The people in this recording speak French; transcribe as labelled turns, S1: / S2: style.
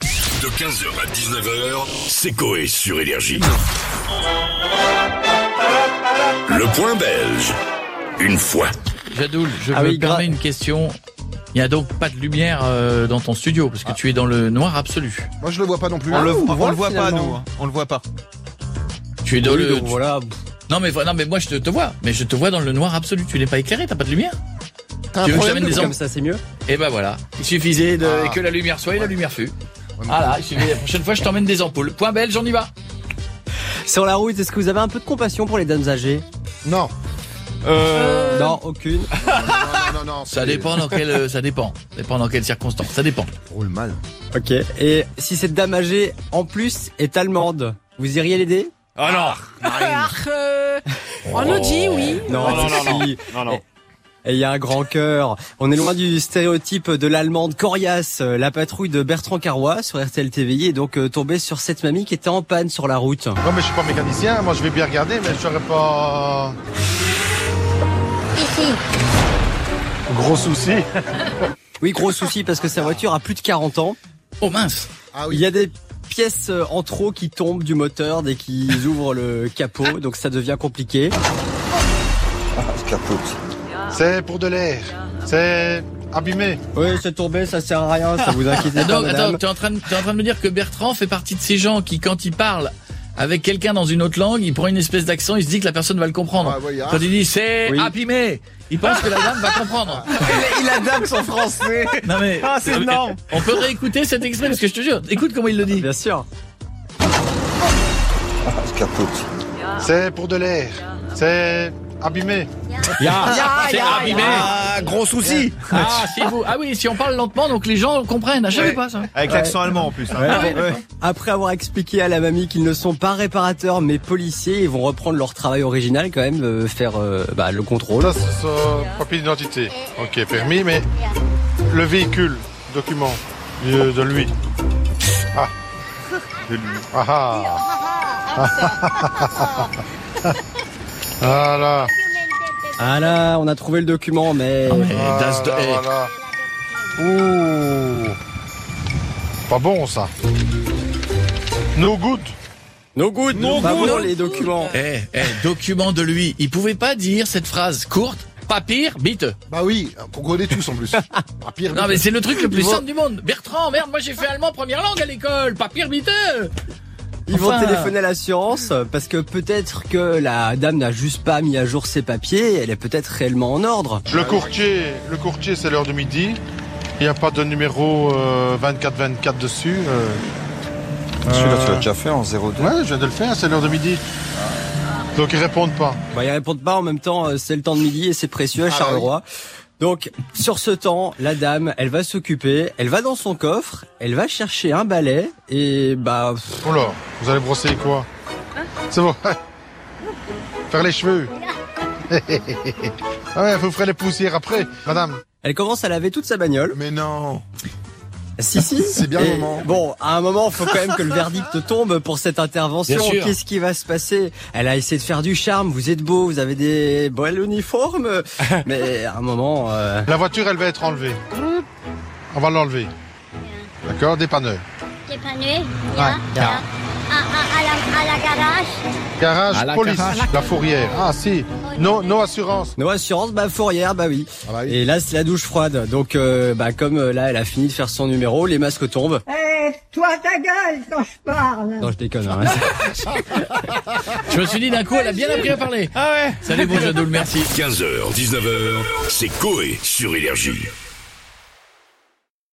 S1: De 15h à 19h, c'est Coé sur Énergie. Le point belge. Une fois.
S2: Jadoul, je ah veux oui, garder une question. Il n'y a donc pas de lumière euh, dans ton studio parce que ah. tu es dans le noir absolu.
S3: Moi je le vois pas non plus.
S4: On, ah, le, on, on voit, le voit finalement. pas nous. Hein. On le voit pas.
S2: Tu es dans oui, le. Donc, tu... voilà. Non mais non mais moi je te, te, vois. Mais je te vois dans le noir absolu. Tu n'es pas éclairé. T'as pas de lumière.
S5: As tu veux que j'amène des Comme ça c'est mieux.
S2: Et ben voilà. Il suffisait de... que la lumière soit et Ah. ouais. la lumière Ah fut. Ouais, voilà. Suffisait... la prochaine fois je t'emmène des ampoules. Point belge, on y va.
S5: Sur la route, est-ce que vous avez un peu de compassion pour les dames âgées
S3: Non.
S5: Euh... Non, aucune.
S2: non, non, non, non ça dépend dans quelle, euh, ça dépend, dépend dans quelles circonstances, ça dépend.
S3: Roule oh, mal.
S5: Ok. Et si cette dame âgée en plus est allemande, vous iriez l'aider
S2: Oh non.
S6: Ah, euh... on nous dit oui.
S5: Non, non, non, non, Et il y a un grand cœur. On est loin du stéréotype de l'allemande coriace. euh, La patrouille de Bertrand Carrois sur RTL TVI est donc euh, tombée sur cette mamie qui était en panne sur la route.
S3: Non, mais je suis pas mécanicien. Moi, je vais bien regarder, mais je serais pas. Gros souci.
S5: oui, gros souci parce que sa voiture a plus de 40 ans.
S2: Oh mince.
S5: Ah oui. Il y a des pièces euh, en trop qui tombent du moteur dès qu'ils ouvrent le capot, donc ça devient compliqué.
S3: Ah, C'est pour de l'air. C'est abîmé.
S5: Oui, c'est tombé, ça sert à rien, ça vous inquiétez pas.
S2: Donc,
S5: madame. attends,
S2: t'es en train de, es en train de me dire que Bertrand fait partie de ces gens qui, quand ils parlent avec quelqu'un dans une autre langue, il prend une espèce d'accent, il se dit que la personne va le comprendre. Ah, ouais, a... Quand il dit c'est oui. abîmé, il pense que la dame va comprendre.
S5: il, il adapte son français.
S2: Non mais, euh,
S5: ah, c'est énorme.
S2: On peut réécouter cet extrait parce que je te jure, écoute comment il le dit.
S5: Bien sûr.
S3: C'est pour de l'air. C'est abîmé.
S2: Yeah. Yeah, c'est yeah, abîmé.
S5: Ah, gros souci.
S2: Ah, si vous... ah oui, si on parle lentement, donc les gens comprennent. Ah, Je savais ouais. pas ça.
S4: Avec ouais. l'accent allemand en plus. Hein.
S5: Ouais. Ah, oui, Après avoir expliqué à la mamie qu'ils ne sont pas réparateurs mais policiers, ils vont reprendre leur travail original quand même, euh, faire euh, bah, le contrôle.
S3: Ça, c'est euh, papier d'identité. Ok, permis, mais le véhicule, document euh, de lui. Ah. De lui. Ah ah. Ah là.
S5: Ah là, on a trouvé le document, mais.
S2: Oh, mais ah das de...
S3: voilà. Ouh. Pas bon ça. No good.
S5: No good.
S2: No
S5: pas
S2: good.
S5: Bon,
S2: no
S5: les documents.
S2: Eh, hey, hey, document de lui. Il pouvait pas dire cette phrase courte. Papier, bite.
S3: Bah oui, qu'on connaît tous en plus.
S7: Ah,
S3: Papier,
S2: Non mais c'est le truc le plus simple du monde. Bertrand, merde, moi j'ai fait allemand première langue à l'école. Papier, bite.
S5: Ils vont enfin... téléphoner à l'assurance euh, parce que peut-être que la dame n'a juste pas mis à jour ses papiers, elle est peut-être réellement en ordre.
S3: Le courtier, le courtier c'est l'heure de midi. Il n'y a pas de numéro 2424 euh, 24 dessus. Euh...
S7: Celui-là, tu l'as déjà fait en 02
S3: Ouais, je viens de le faire, c'est l'heure de midi. Donc ils répondent pas.
S5: Bah, ils répondent pas en même temps, euh, c'est le temps de midi et c'est précieux à Charleroi. Ah, oui. Donc, sur ce temps, la dame, elle va s'occuper, elle va dans son coffre, elle va chercher un balai, et bah...
S3: Oh là, vous allez brosser quoi C'est bon. Faire les cheveux. ah ouais, vous ferez les poussières après, madame.
S5: Elle commence à laver toute sa bagnole.
S3: Mais non
S5: si, si.
S3: C'est bien le moment.
S5: Bon, à un moment, il faut quand même que le verdict tombe pour cette intervention. Qu'est-ce qui va se passer Elle a essayé de faire du charme. Vous êtes beau, vous avez des belles uniformes. Mais à un moment. Euh...
S3: La voiture, elle va être enlevée. On va l'enlever. D'accord Dépanneur.
S8: Dépanneur. Ah, ah. À, à, à, la, à, la, garage.
S3: Garage, à la police, garage. la fourrière. Ah si, non, no assurance.
S5: No assurance, bah fourrière, bah oui. Ah, bah, oui. Et là, c'est la douche froide. Donc, euh, bah comme là, elle a fini de faire son numéro, les masques tombent.
S9: Eh, hey, toi ta gueule quand je parle.
S5: Non, je déconne. Hein,
S2: je me suis dit d'un coup, elle a bien appris à parler.
S4: Ah ouais.
S2: Salut, bon Jadoul, merci.
S1: 15h, 19h, c'est Coé sur Énergie.